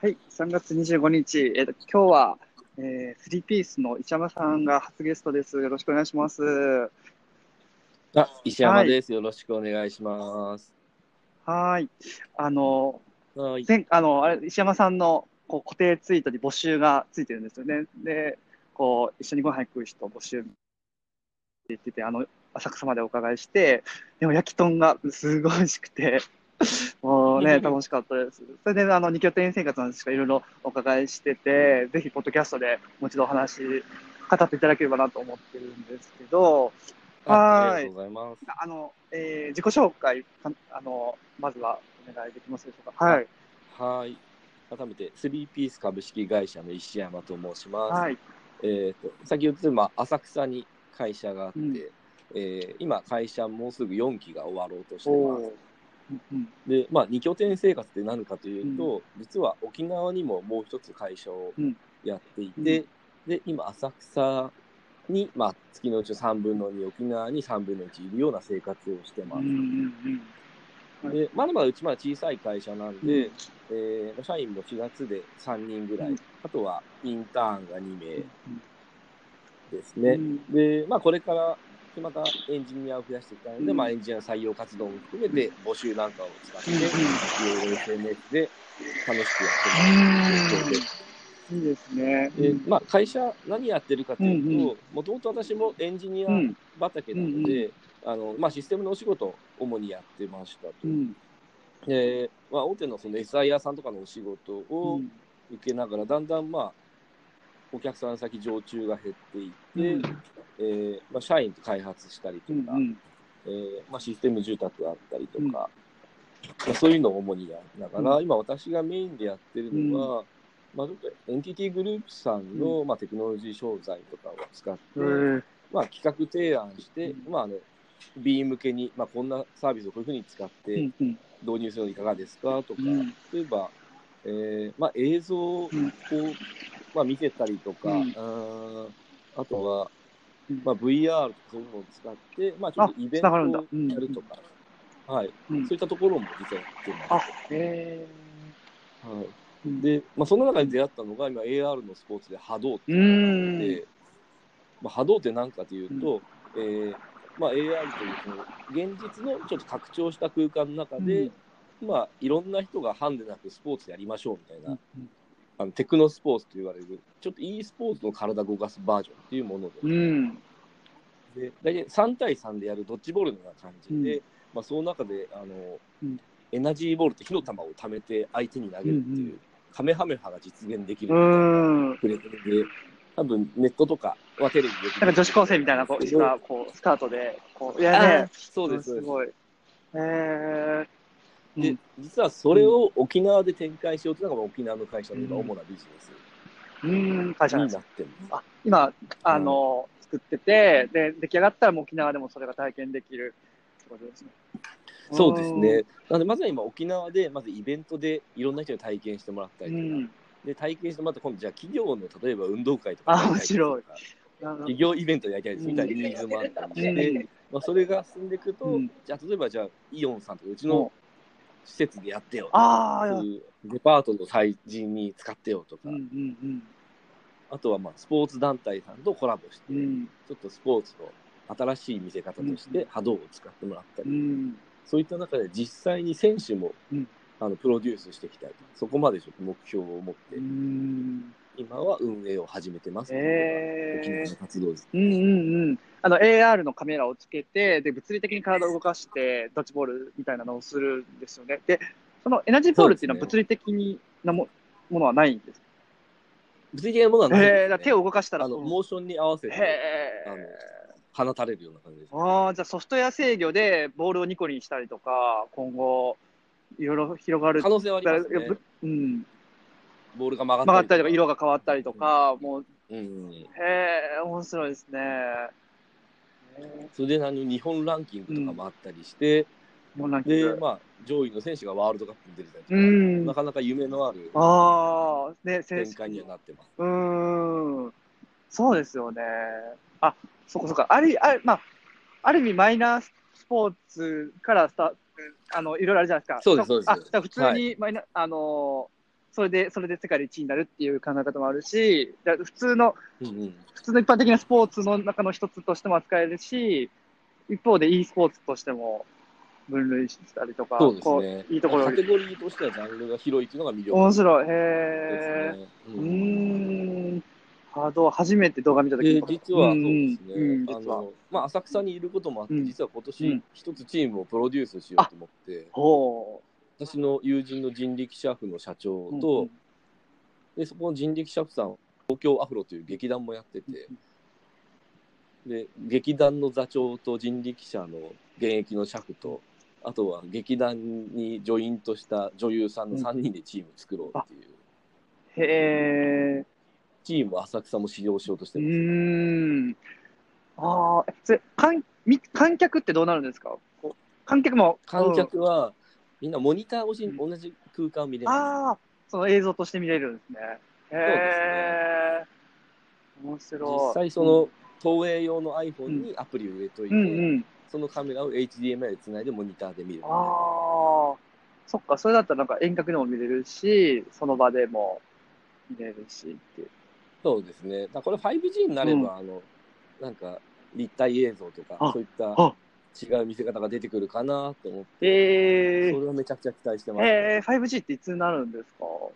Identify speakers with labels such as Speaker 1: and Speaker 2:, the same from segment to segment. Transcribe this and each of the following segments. Speaker 1: はい、3月25日、えっと今日は、えー、スリーピースの石山さんが初ゲストです。よろしくお願いします。
Speaker 2: あ、石山です。よろしくお願いします。
Speaker 1: はーい、あの、
Speaker 2: はい。
Speaker 1: 前あのあれ石山さんのこう固定ツイートに募集がついてるんですよね。で、こう一緒にご飯行く人募集って言ってて、あの浅草までお伺いして、でも焼き豚がすごい美味しくて、 もうね、楽しかったです。それで、あの二拠点生活の話とかいろいろお伺いしてて、ぜひ、ポッドキャストでもう一度お話、語っていただければなと思ってるんですけど、
Speaker 2: あ
Speaker 1: はーい
Speaker 2: ありがとうございます。
Speaker 1: あの、えー自己紹介かあの、まずはお願いできますでしょうか。はい。
Speaker 2: はい。改めて、スリーピース株式会社の石山と申します。
Speaker 1: はい。
Speaker 2: えっ、と、先ほど、まあ、浅草に会社があって、
Speaker 1: うん
Speaker 2: えー今、会社もうすぐ4期が終わろうとして
Speaker 1: お
Speaker 2: ます
Speaker 1: ー。うん
Speaker 2: で、まあ、二拠点生活って何かというと、実は沖縄にももう一つ会社をやっていて、
Speaker 1: うん
Speaker 2: で、今、浅草に、まあ、月のうち3分の2、沖縄に3分の1いるような生活をして
Speaker 1: う
Speaker 2: ま
Speaker 1: ん
Speaker 2: す。
Speaker 1: うんはい
Speaker 2: でまだまだうちまだ小さい会社なん
Speaker 1: うん
Speaker 2: で、えー社員も4月で3人ぐらい、
Speaker 1: うん
Speaker 2: あとはインターンが2名です
Speaker 1: う
Speaker 2: ね。
Speaker 1: ん
Speaker 2: で、まあ、これからまたエンジニアを増やしていきたいので、
Speaker 1: うん
Speaker 2: まあ、エンジニアの採用活動も含めて募集なんかを使って、
Speaker 1: うん
Speaker 2: いろいろ SNS で楽しくやってます。
Speaker 1: いいですね。
Speaker 2: でまあ、会社何やってるかという
Speaker 1: う
Speaker 2: と、もともと私もエンジニア
Speaker 1: うん
Speaker 2: 畑なので、あのまあ、システムのお仕事を主にやってましたと。
Speaker 1: うん
Speaker 2: で、まあ、大手のその SIR さんとかのお仕事を
Speaker 1: うん
Speaker 2: 受けながら、だんだん、まあ、お客さん先常駐が減っていって、
Speaker 1: うん
Speaker 2: えーまあ、社員と開発したりと
Speaker 1: うん
Speaker 2: か、
Speaker 1: うん
Speaker 2: えーまあ、システム住宅があったりとか、
Speaker 1: うん
Speaker 2: まあ、そういうのを主にやりながら、
Speaker 1: う
Speaker 2: 今私がメインでやってるのは、まあ、ちょっとエンティティグループさんの、まあ、テクノロジー商材とかを使って、
Speaker 1: えー
Speaker 2: まあ、企画提案して、
Speaker 1: うん
Speaker 2: まああの B 向けに、まあ、こんなサービスをこういうふうに使っ
Speaker 1: う
Speaker 2: て
Speaker 1: んうん
Speaker 2: 導入するのいかがですかとか、
Speaker 1: うん
Speaker 2: 例えば、えーまあ、映像を、
Speaker 1: うん
Speaker 2: まあ、見てたりとか、
Speaker 1: うん
Speaker 2: あーあとは、
Speaker 1: うん
Speaker 2: まあ、VR とかそういうのを使って、まあ、ちょっとイベント
Speaker 1: あ繋がるんだう
Speaker 2: を
Speaker 1: ん
Speaker 2: やるとか、はい、そううんいったところも実はやってま
Speaker 1: あ
Speaker 2: す。、
Speaker 1: え
Speaker 2: は
Speaker 1: ー
Speaker 2: い、で、まあ、その中で出会ったのが、今 AR のスポーツで波動って
Speaker 1: う
Speaker 2: いうのがあっ
Speaker 1: ん
Speaker 2: て、まあ、波動って何かというと、えーまあ、AR というその現実のちょっと拡張した空間の中で、まあ、いろんな人がハンデなくスポーツやりましょうみたいな、あのテクノスポーツと言われる、ちょっと e スポーツの体動かすバージョンっていうもので、
Speaker 1: うん
Speaker 2: で大体3対3でやるドッジボールのような感じで、
Speaker 1: う
Speaker 2: まあ、その中であの、
Speaker 1: うん
Speaker 2: エナジーボールって火の玉を貯めて相手に投げるっていう、
Speaker 1: うんうん
Speaker 2: カメハメハが実現でき
Speaker 1: う
Speaker 2: る
Speaker 1: んうん
Speaker 2: プレゼンで、多分ネットとかはテレビで
Speaker 1: なんか女子高生みたいなこう人がこうスカートでこういや
Speaker 2: あ
Speaker 1: ね
Speaker 2: ーそうです
Speaker 1: す
Speaker 2: そうです
Speaker 1: ごいえーうん
Speaker 2: で実はそれを沖縄で展開しようというのが沖縄の会社の今
Speaker 1: うん
Speaker 2: 主なビジネス
Speaker 1: うん会社なん
Speaker 2: に
Speaker 1: です
Speaker 2: なってるんです。
Speaker 1: あ今あの作っててで出来上がったらもう沖縄でもそれが体験できるってことですね
Speaker 2: そうですね。なのでまずは今沖縄でまずイベントでいろんな人に体験してもらった
Speaker 1: う
Speaker 2: りとか、
Speaker 1: ん
Speaker 2: で体験してもらったら今度じゃあ企業の例えば運動会とか
Speaker 1: あ
Speaker 2: やりたとか
Speaker 1: 面白いなるほど
Speaker 2: 企業イベントやりたいですみたいなニーズもあったりして、
Speaker 1: うん
Speaker 2: まあ、それが進んでいくと、
Speaker 1: うん
Speaker 2: じゃあ例えばじゃあイオンさんとかうち
Speaker 1: うん
Speaker 2: の施設でやってよとか
Speaker 1: ああ
Speaker 2: そういうデパートの催事に使ってよとか、
Speaker 1: うんうん
Speaker 2: あとはまあスポーツ団体さんとコラボして、
Speaker 1: うんうん
Speaker 2: ちょっとスポーツの新しい見せ方とし
Speaker 1: う
Speaker 2: て波動を使ってもらったり、
Speaker 1: うん
Speaker 2: そういった中で実際に選手も、
Speaker 1: うん
Speaker 2: あのプロデュースしていきたいとそこまでちょっと目標を持って、
Speaker 1: うん
Speaker 2: 今は運営を始めてます、
Speaker 1: え
Speaker 2: 沖縄
Speaker 1: ー
Speaker 2: の活動です。
Speaker 1: うんうんうんあの AR のカメラをつけてで物理的に体を動かしてドッジボールみたいなのをするんですよねでそのエナジーボールっていうのは
Speaker 2: そうです
Speaker 1: 物理的になも,、ものはないんですか
Speaker 2: 物理的なものはないんですね
Speaker 1: えー、だから手を動かしたら
Speaker 2: あの
Speaker 1: そ
Speaker 2: モーションに合わせて
Speaker 1: へ
Speaker 2: あ
Speaker 1: え
Speaker 2: 放たれるような感じです。
Speaker 1: ああ、じゃあソフトウェア制御でボールをニコリにしたりとか、今後、いろいろ広がる。
Speaker 2: 可能性はあります
Speaker 1: だからい
Speaker 2: ね
Speaker 1: や。ぶうん。
Speaker 2: ボールが曲
Speaker 1: 曲が
Speaker 2: が
Speaker 1: っ
Speaker 2: ったた
Speaker 1: りと
Speaker 2: り
Speaker 1: か、色が変わったりとか、もう、
Speaker 2: うん、
Speaker 1: へえ、面白いですね。
Speaker 2: それであの日本ランキングとかもあったりして、
Speaker 1: もうなんか、
Speaker 2: で、まあ、上位の選手がワールドカップに出てたりとか、
Speaker 1: うん
Speaker 2: なかなか夢のある
Speaker 1: ああ、ね、選
Speaker 2: 展
Speaker 1: 手。
Speaker 2: 開にはなってます。
Speaker 1: うーん。そうですよね。あ、そこそこ。あり、あまあ、ある意味マイナースポーツからスタあの、いろいろあるじゃないですか。
Speaker 2: そうですそうです
Speaker 1: あ、だから普通
Speaker 2: は
Speaker 1: にマイナ、あの、それで、それで世界で1位になるっていう考え方もあるし、だ普通の、
Speaker 2: うんうん
Speaker 1: 普通の一般的なスポーツの中の一つとしても扱えるし、一方で e スポーツとしても分類したりとか、
Speaker 2: そうで
Speaker 1: こ
Speaker 2: すね。
Speaker 1: ういいところ
Speaker 2: カテゴリーとしてはジャンルが広いっていうのが魅力
Speaker 1: 面白い。へ
Speaker 2: です
Speaker 1: え。
Speaker 2: ね。
Speaker 1: う
Speaker 2: うん
Speaker 1: ーん。ハード、初めて動画見たとき
Speaker 2: で実はそうですね、
Speaker 1: うん、
Speaker 2: あ
Speaker 1: 実は。
Speaker 2: のまあ、浅草にいることもあって、
Speaker 1: うん
Speaker 2: 実は今
Speaker 1: う
Speaker 2: 年
Speaker 1: ん
Speaker 2: 一つチームをプロデュースしようと思って、
Speaker 1: ほ
Speaker 2: 私の友人の人力車夫の社長
Speaker 1: う。
Speaker 2: と、
Speaker 1: うん
Speaker 2: でそこの人力車夫さん東京アフロという劇団もやってて、で劇団の座長と人力車の現役の車夫とあとは劇団にジョイントした女優さんの3人でチーム作ろうっていう、
Speaker 1: へえ。
Speaker 2: チームを浅草も使用しようとし
Speaker 1: う
Speaker 2: てます、
Speaker 1: ーん。ああ、えそれ、観み観客ってどうなるんですかこう観客も。
Speaker 2: 観
Speaker 1: うん
Speaker 2: 客はみんなモニター越しに同じ空間を見れます、
Speaker 1: ああ、その映像として見れるんですね。へえ。面白い。
Speaker 2: 実際その、投影用の iPhone にアプリを入れといて、
Speaker 1: うん、うんうん。
Speaker 2: そのカメラを HDMI でつないでモニターで見るみたいな
Speaker 1: ああ、そっか、それだったらなんか遠隔でも見れるし、その場でも見れるしっていう。
Speaker 2: そうですね。だからこれ 5G になれば、
Speaker 1: うん
Speaker 2: あの、なんか立体映像とか、
Speaker 1: あ
Speaker 2: そういった
Speaker 1: あ
Speaker 2: 違う見せ方が出てくるかなと思って、
Speaker 1: え
Speaker 2: そ
Speaker 1: ー、
Speaker 2: れはめちゃくちゃ期待してます。
Speaker 1: えー、5G っていつになるんですかも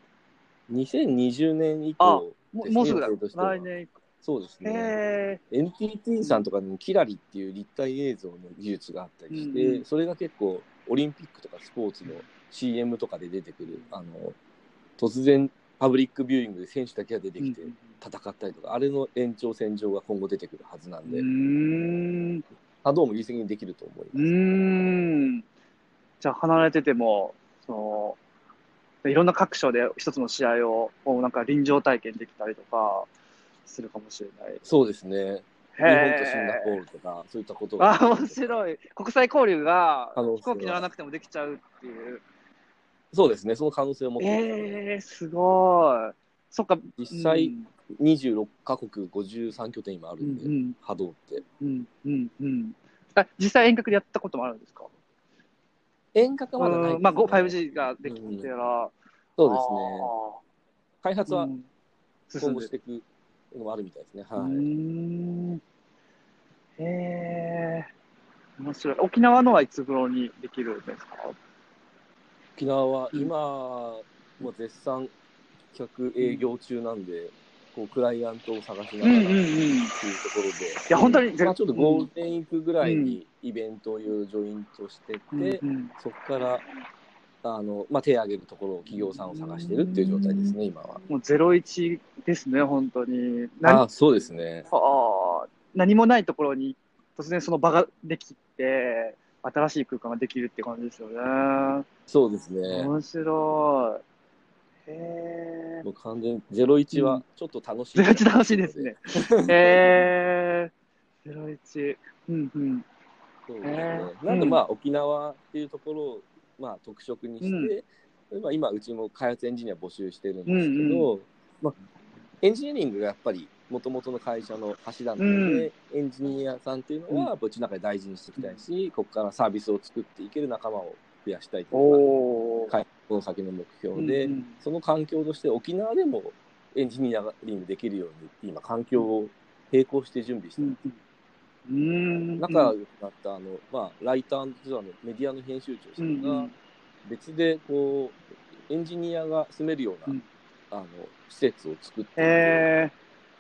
Speaker 2: 2020年以
Speaker 1: あ
Speaker 2: 降です
Speaker 1: う
Speaker 2: ね
Speaker 1: もうすぐだ、
Speaker 2: 予定としては
Speaker 1: 来年以降。
Speaker 2: そうですね。
Speaker 1: え
Speaker 2: NTT さんとかにもキラリっていう立体映像の技術があったりして、
Speaker 1: うんうん
Speaker 2: それが結構オリンピックとかスポーツの CM とかで出てくる、あの、突然パブリックビューイングで選手だけが出て
Speaker 1: ー、
Speaker 2: きて戦ったりとか、あれの延長線上が今後出てくるはずなん
Speaker 1: う
Speaker 2: で、
Speaker 1: ん。う
Speaker 2: 波動も優先にできると思い
Speaker 1: ー
Speaker 2: ます。
Speaker 1: ん。じゃあ離れてても、その、いろんな各所で一つの試合を、こうなんか臨場体験できたりとか、するかもしれない。
Speaker 2: そうですね。日
Speaker 1: へー
Speaker 2: 本とシンガポールとか、そういったことが。
Speaker 1: あ面白い。国際交流が
Speaker 2: 可能性は
Speaker 1: 飛行機乗らなくてもできちゃうっていう。
Speaker 2: そうですね、その可能性を持ってますね、
Speaker 1: えー、すごい。そっか。
Speaker 2: 実際
Speaker 1: うん
Speaker 2: 26カ国、53拠点今あるんで、
Speaker 1: うん
Speaker 2: 波動って。
Speaker 1: うんうんうん。あ実際遠隔でやったこともあるんですか
Speaker 2: 遠隔はまだないです
Speaker 1: う
Speaker 2: ね、
Speaker 1: んまあ、ご 5G ができてたら、
Speaker 2: そうですね。開発
Speaker 1: あー
Speaker 2: は
Speaker 1: うん進
Speaker 2: 今
Speaker 1: ん
Speaker 2: 後
Speaker 1: で
Speaker 2: していくのもあるみたいですね。
Speaker 1: うー
Speaker 2: はい。
Speaker 1: ん。へー面白い。沖縄のはいつ頃にできるんですか
Speaker 2: 沖縄は今、もう絶賛企画営業中なんで、こう、クライアントを探しな
Speaker 1: う
Speaker 2: が
Speaker 1: ん
Speaker 2: ら
Speaker 1: うん
Speaker 2: って
Speaker 1: う。
Speaker 2: いうんところで。い
Speaker 1: や本当に
Speaker 2: まあ、ちょっとゴールデンウィークぐらいにイベントをいろいろジョイントしてて、
Speaker 1: うんうん
Speaker 2: そこからあの、まあ、手を挙げるところを企業さんを探してるっていう状態ですね、今は。
Speaker 1: もうゼロ一ですね、本当に。何
Speaker 2: あ
Speaker 1: あ
Speaker 2: あそうですね。
Speaker 1: あ何もないところに突然その場ができて、新しい空間ができるって感じですよね。
Speaker 2: そうですね。
Speaker 1: 面白い。へ
Speaker 2: もう完全に01
Speaker 1: う
Speaker 2: は
Speaker 1: ん
Speaker 2: ちょっと楽しい。
Speaker 1: え。ゼロ一楽しいですね。。へえ。ゼロ一。うんうん。
Speaker 2: そうですね
Speaker 1: へえ
Speaker 2: なんで、まあ、沖縄っていうところを、まあ、特色にして、まあ今、うちも開発エンジニア募集してるんですけど、まあ、エンジニアリングがやっぱり、もともとの会社の柱なので、エンジニアさんっていうのは、やっぱうちの中で大事にしていきたいし、ここからサービスを作っていける仲間を増やしたいというのが
Speaker 1: おお。
Speaker 2: 開発の先の目標で、
Speaker 1: うんうん
Speaker 2: その環境として沖縄でもエンジニアリングできるように今環境を並行して準備して
Speaker 1: う
Speaker 2: る、
Speaker 1: んうん。
Speaker 2: 仲良くなったあの、まあ、ライターのメディアの編集長さ
Speaker 1: うんん
Speaker 2: が別でこうエンジニアが住めるような、
Speaker 1: うん
Speaker 2: あの施設を作って、
Speaker 1: へえ。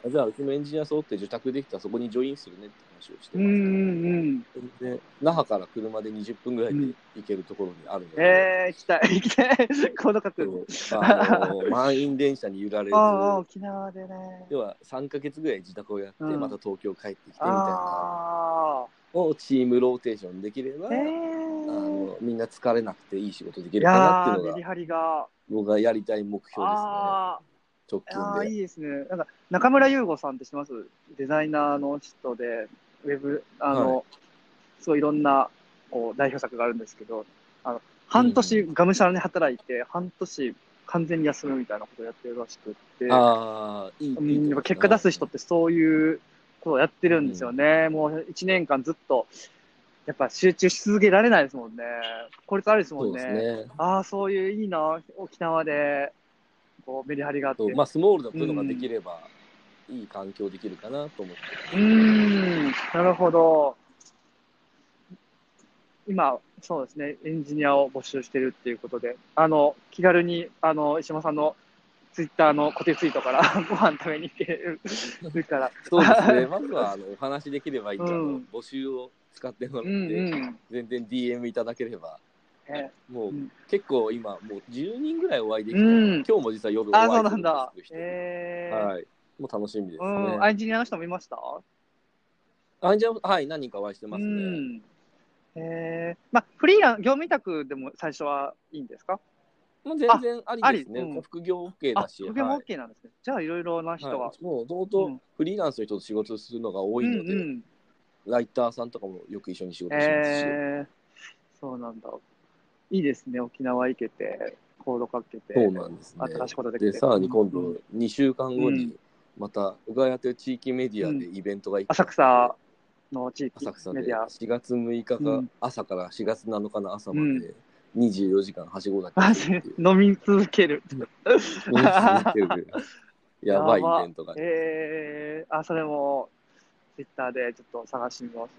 Speaker 2: あじゃあうちもエンジニア揃って受託できたらそこにジョインするねって話をして
Speaker 1: うん
Speaker 2: ま
Speaker 1: う
Speaker 2: す、
Speaker 1: んうん。
Speaker 2: で那覇から車で20分ぐらいで行けるところにあるので。
Speaker 1: へえ、行きたい。行きたい。この角度。
Speaker 2: そうあ の満員電車に揺られず
Speaker 1: ああ、沖縄でね。
Speaker 2: 要は3ヶ月ぐらい自宅をやって、
Speaker 1: うん
Speaker 2: また東京帰ってきてみたいな
Speaker 1: あ
Speaker 2: のをチームローテーションできれば、
Speaker 1: あ、え
Speaker 2: あ
Speaker 1: ー、
Speaker 2: のみんな疲れなくていい仕事でき
Speaker 1: い
Speaker 2: るか
Speaker 1: や
Speaker 2: なって
Speaker 1: ー、
Speaker 2: いうの
Speaker 1: メ
Speaker 2: が
Speaker 1: リハリが、
Speaker 2: 僕がやりたい目標ですね
Speaker 1: あ
Speaker 2: 直
Speaker 1: ーあ
Speaker 2: 近
Speaker 1: ー、
Speaker 2: で
Speaker 1: いいですね。なんか中村優吾さんって知ってますデザイナーの人で、ウェブ、あの、すごいいろんなこう代表作があるんですけど、あの半年、がむしゃらに働いて、半年完全に休むみたいなことをやってるらしくって、
Speaker 2: ああいいいいと
Speaker 1: う
Speaker 2: 思い
Speaker 1: ん、やっ
Speaker 2: ま
Speaker 1: ぱ
Speaker 2: す
Speaker 1: 結果出す人ってそういうことをやってるんですよね。もう1年間ずっと、やっぱ集中し続けられないですもんね。効率あるですも
Speaker 2: そ
Speaker 1: ん
Speaker 2: うで
Speaker 1: ね。
Speaker 2: すね
Speaker 1: ああ、そういういいな、沖縄で。こうメリハリがあって。
Speaker 2: そうまあ、スモールなことができれば、いい環境できるかなと思って。
Speaker 1: うーん、なるほど。今、そうですね、エンジニアを募集してるっていうことで、あの、気軽に、あの、石山さんのツイッターの固定ツイートから ご飯食べに行けるから、
Speaker 2: そうです ね、まずはあのお話しできればいいから、あの
Speaker 1: うん
Speaker 2: 募集を使ってもらっ
Speaker 1: う
Speaker 2: て、
Speaker 1: んうん。
Speaker 2: 全然 DM いただければ、
Speaker 1: ね
Speaker 2: もう、
Speaker 1: うん
Speaker 2: 結構今、もう10人ぐらいお会いできて、
Speaker 1: うん
Speaker 2: 今日も実は夜お
Speaker 1: あ、
Speaker 2: 会い
Speaker 1: そう
Speaker 2: す
Speaker 1: な
Speaker 2: る
Speaker 1: ん
Speaker 2: んで
Speaker 1: だ。
Speaker 2: すけど
Speaker 1: えー
Speaker 2: はい、もう楽しみですね。
Speaker 1: うん、
Speaker 2: あ
Speaker 1: エンジニアの人もいました
Speaker 2: じゃあはい、何人かお会いしてますね。
Speaker 1: うん。えー、まあ、フリーラン、業務委託でも最初はいいんですか
Speaker 2: もう全然ありです
Speaker 1: あ
Speaker 2: ね。
Speaker 1: ありうん
Speaker 2: 副業 OK
Speaker 1: あ
Speaker 2: だ、し、
Speaker 1: 副業も
Speaker 2: はい
Speaker 1: OK なんですね。じゃあ、いろいろな人が。
Speaker 2: はいもうもと
Speaker 1: う
Speaker 2: も
Speaker 1: ん
Speaker 2: とフリーランスの人と仕事するのが多
Speaker 1: う
Speaker 2: い
Speaker 1: ん
Speaker 2: ので、
Speaker 1: うん。
Speaker 2: ライターさんとかもよく一緒に仕事しますし、
Speaker 1: えー、そうなんだ。いいですね、沖縄行けて、コードかけて、
Speaker 2: そうなんですね。
Speaker 1: 新しいことできて。
Speaker 2: で、さらに今
Speaker 1: うん
Speaker 2: 度、2週間後
Speaker 1: うん
Speaker 2: に、また、うがやという地域メディアでイベントが一個
Speaker 1: 浅草の地域
Speaker 2: 浅草
Speaker 1: メ
Speaker 2: で
Speaker 1: ディア。
Speaker 2: 4月6日
Speaker 1: う
Speaker 2: が
Speaker 1: ん
Speaker 2: 朝から4月7日の朝まで24時間はしごだ
Speaker 1: マ
Speaker 2: け
Speaker 1: ジ
Speaker 2: するっていう
Speaker 1: 飲み続ける。
Speaker 2: 続ける やばいイベントがある
Speaker 1: えー、あ、それも、ツイッターでちょっと探してみます。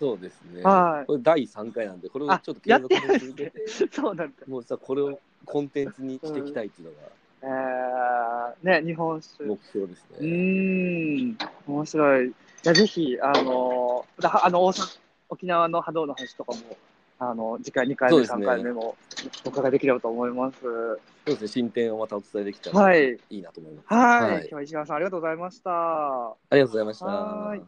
Speaker 2: そうですね
Speaker 1: はい。
Speaker 2: これ第3回なんでこれを
Speaker 1: あ
Speaker 2: ちょっと継
Speaker 1: やっ
Speaker 2: 続
Speaker 1: て
Speaker 2: で
Speaker 1: るんです
Speaker 2: 続け
Speaker 1: ね
Speaker 2: て。
Speaker 1: そうなんだ。
Speaker 2: もうさこれをコンテンツにしていきたいっていうのが
Speaker 1: えー、ね、日本酒。
Speaker 2: 目標です
Speaker 1: う
Speaker 2: ね、
Speaker 1: ーん、面白い。いや、ぜひ、あの、だあの大阪沖縄の波動の話とかも、あの、次回2回
Speaker 2: そう
Speaker 1: 目、
Speaker 2: ですね
Speaker 1: 3回目もお伺いできればと思います。
Speaker 2: そうですね進展をまたお伝えできたら
Speaker 1: はい
Speaker 2: いいなと思います、
Speaker 1: はい。
Speaker 2: はい
Speaker 1: 今日は石川さん、ありがとうございました。
Speaker 2: ありがとうございました
Speaker 1: はい